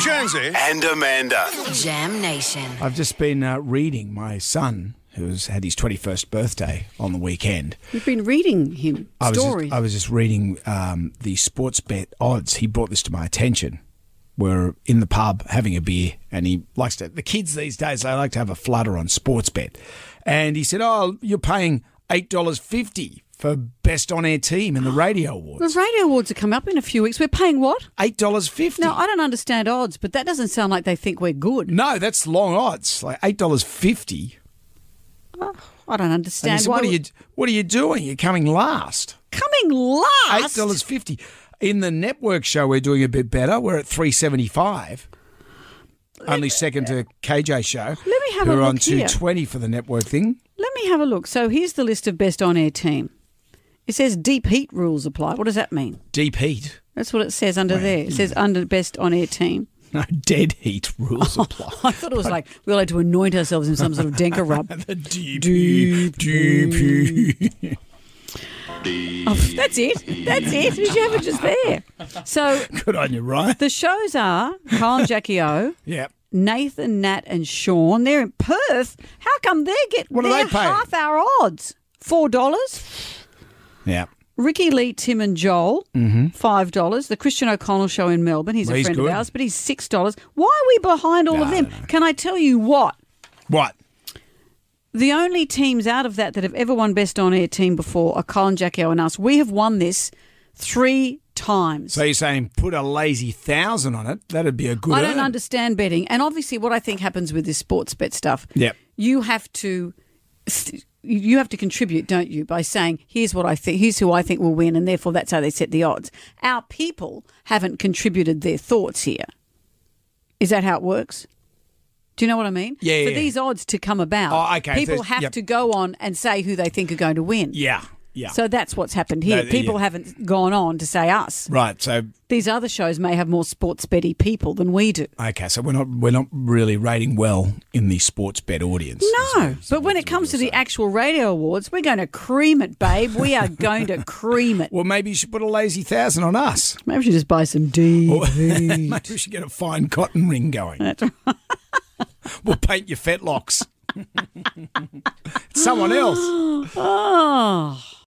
Jonesy and Amanda. Jam Nation. I've just been uh, reading my son, who's had his 21st birthday on the weekend. You've been reading him I was stories. just, I was just reading um, the sports bet odds. He brought this to my attention. We're in the pub having a beer, and he likes to. The kids these days they like to have a flutter on sports bet, and he said, "Oh, you're paying eight dollars fifty for best on air team in the radio the awards. radio awards are coming up in a few weeks. We're paying what? Eight dollars fifty. Now, I don't understand odds, but that doesn't sound like they think we're good. No, that's long odds. Like eight dollars fifty. I don't And he understand said, why what are we- you? What are you doing? You're coming last. coming Eight last. dollars fifty. In the network show, we're doing a bit better. We're at three seventy five. Only second to KJ show. Let me have a who are on look here. two twenty for the network thing. Let me have a look. So here's the list of best on air team. It says deep heat rules apply. What does that mean? Deep heat, That's what it says under there. It says under best on air team. no dead heat rules Oh, apply. I thought it was like we all had to anoint ourselves in some sort of denker rub. the deep, heat, deep heat. Oh, that's it. That's it. Did you have it just there? So Good on you, Ryan. the shows are Carl and Jackie O, Yep. Nathan, Nat, and Sean. They're in Perth. How come they get What do they're they pay? half our odds? Four dollars. Yep. Ricky Lee, Tim, and Joel, five dollars. The Christian O'Connell show in Melbourne. He's a Mm-hmm. He's friend good. of ours, but he's six dollars. Why are we behind all of No, them? Can I tell you what? What? The only teams out of that that have ever won Best On Air team before are Colin Jacko and us. We have won this three times. So you're saying put a lazy thousand on it? That'd be a good. I don't earn. understand betting, and obviously, what I think happens with this sports bet stuff. Yep. you have to. You have to contribute, don't you, by saying, here's what I think, here's who I think will win, and therefore that's how they set the odds. Our people haven't contributed their thoughts here. Is that how it works? Do you know what I mean? Yeah, For yeah, yeah. these odds to come about, Oh, okay, so people it's- have yep. to go on and say who they think are going to win. Yeah. Yeah. So that's what's happened here. That- people yeah. haven't gone on to say us. right. So These other shows may have more sports betty people than we do. Okay, so we're not we're not really rating well in the sports bet audience. No, but when it comes to the actual radio awards, we're going to cream it, babe. We are going to cream it. Well, maybe you should put a lazy thousand on us. Maybe we should just buy some D. maybe we should get a fine cotton ring going. we'll paint your fetlocks. Someone else. Oh,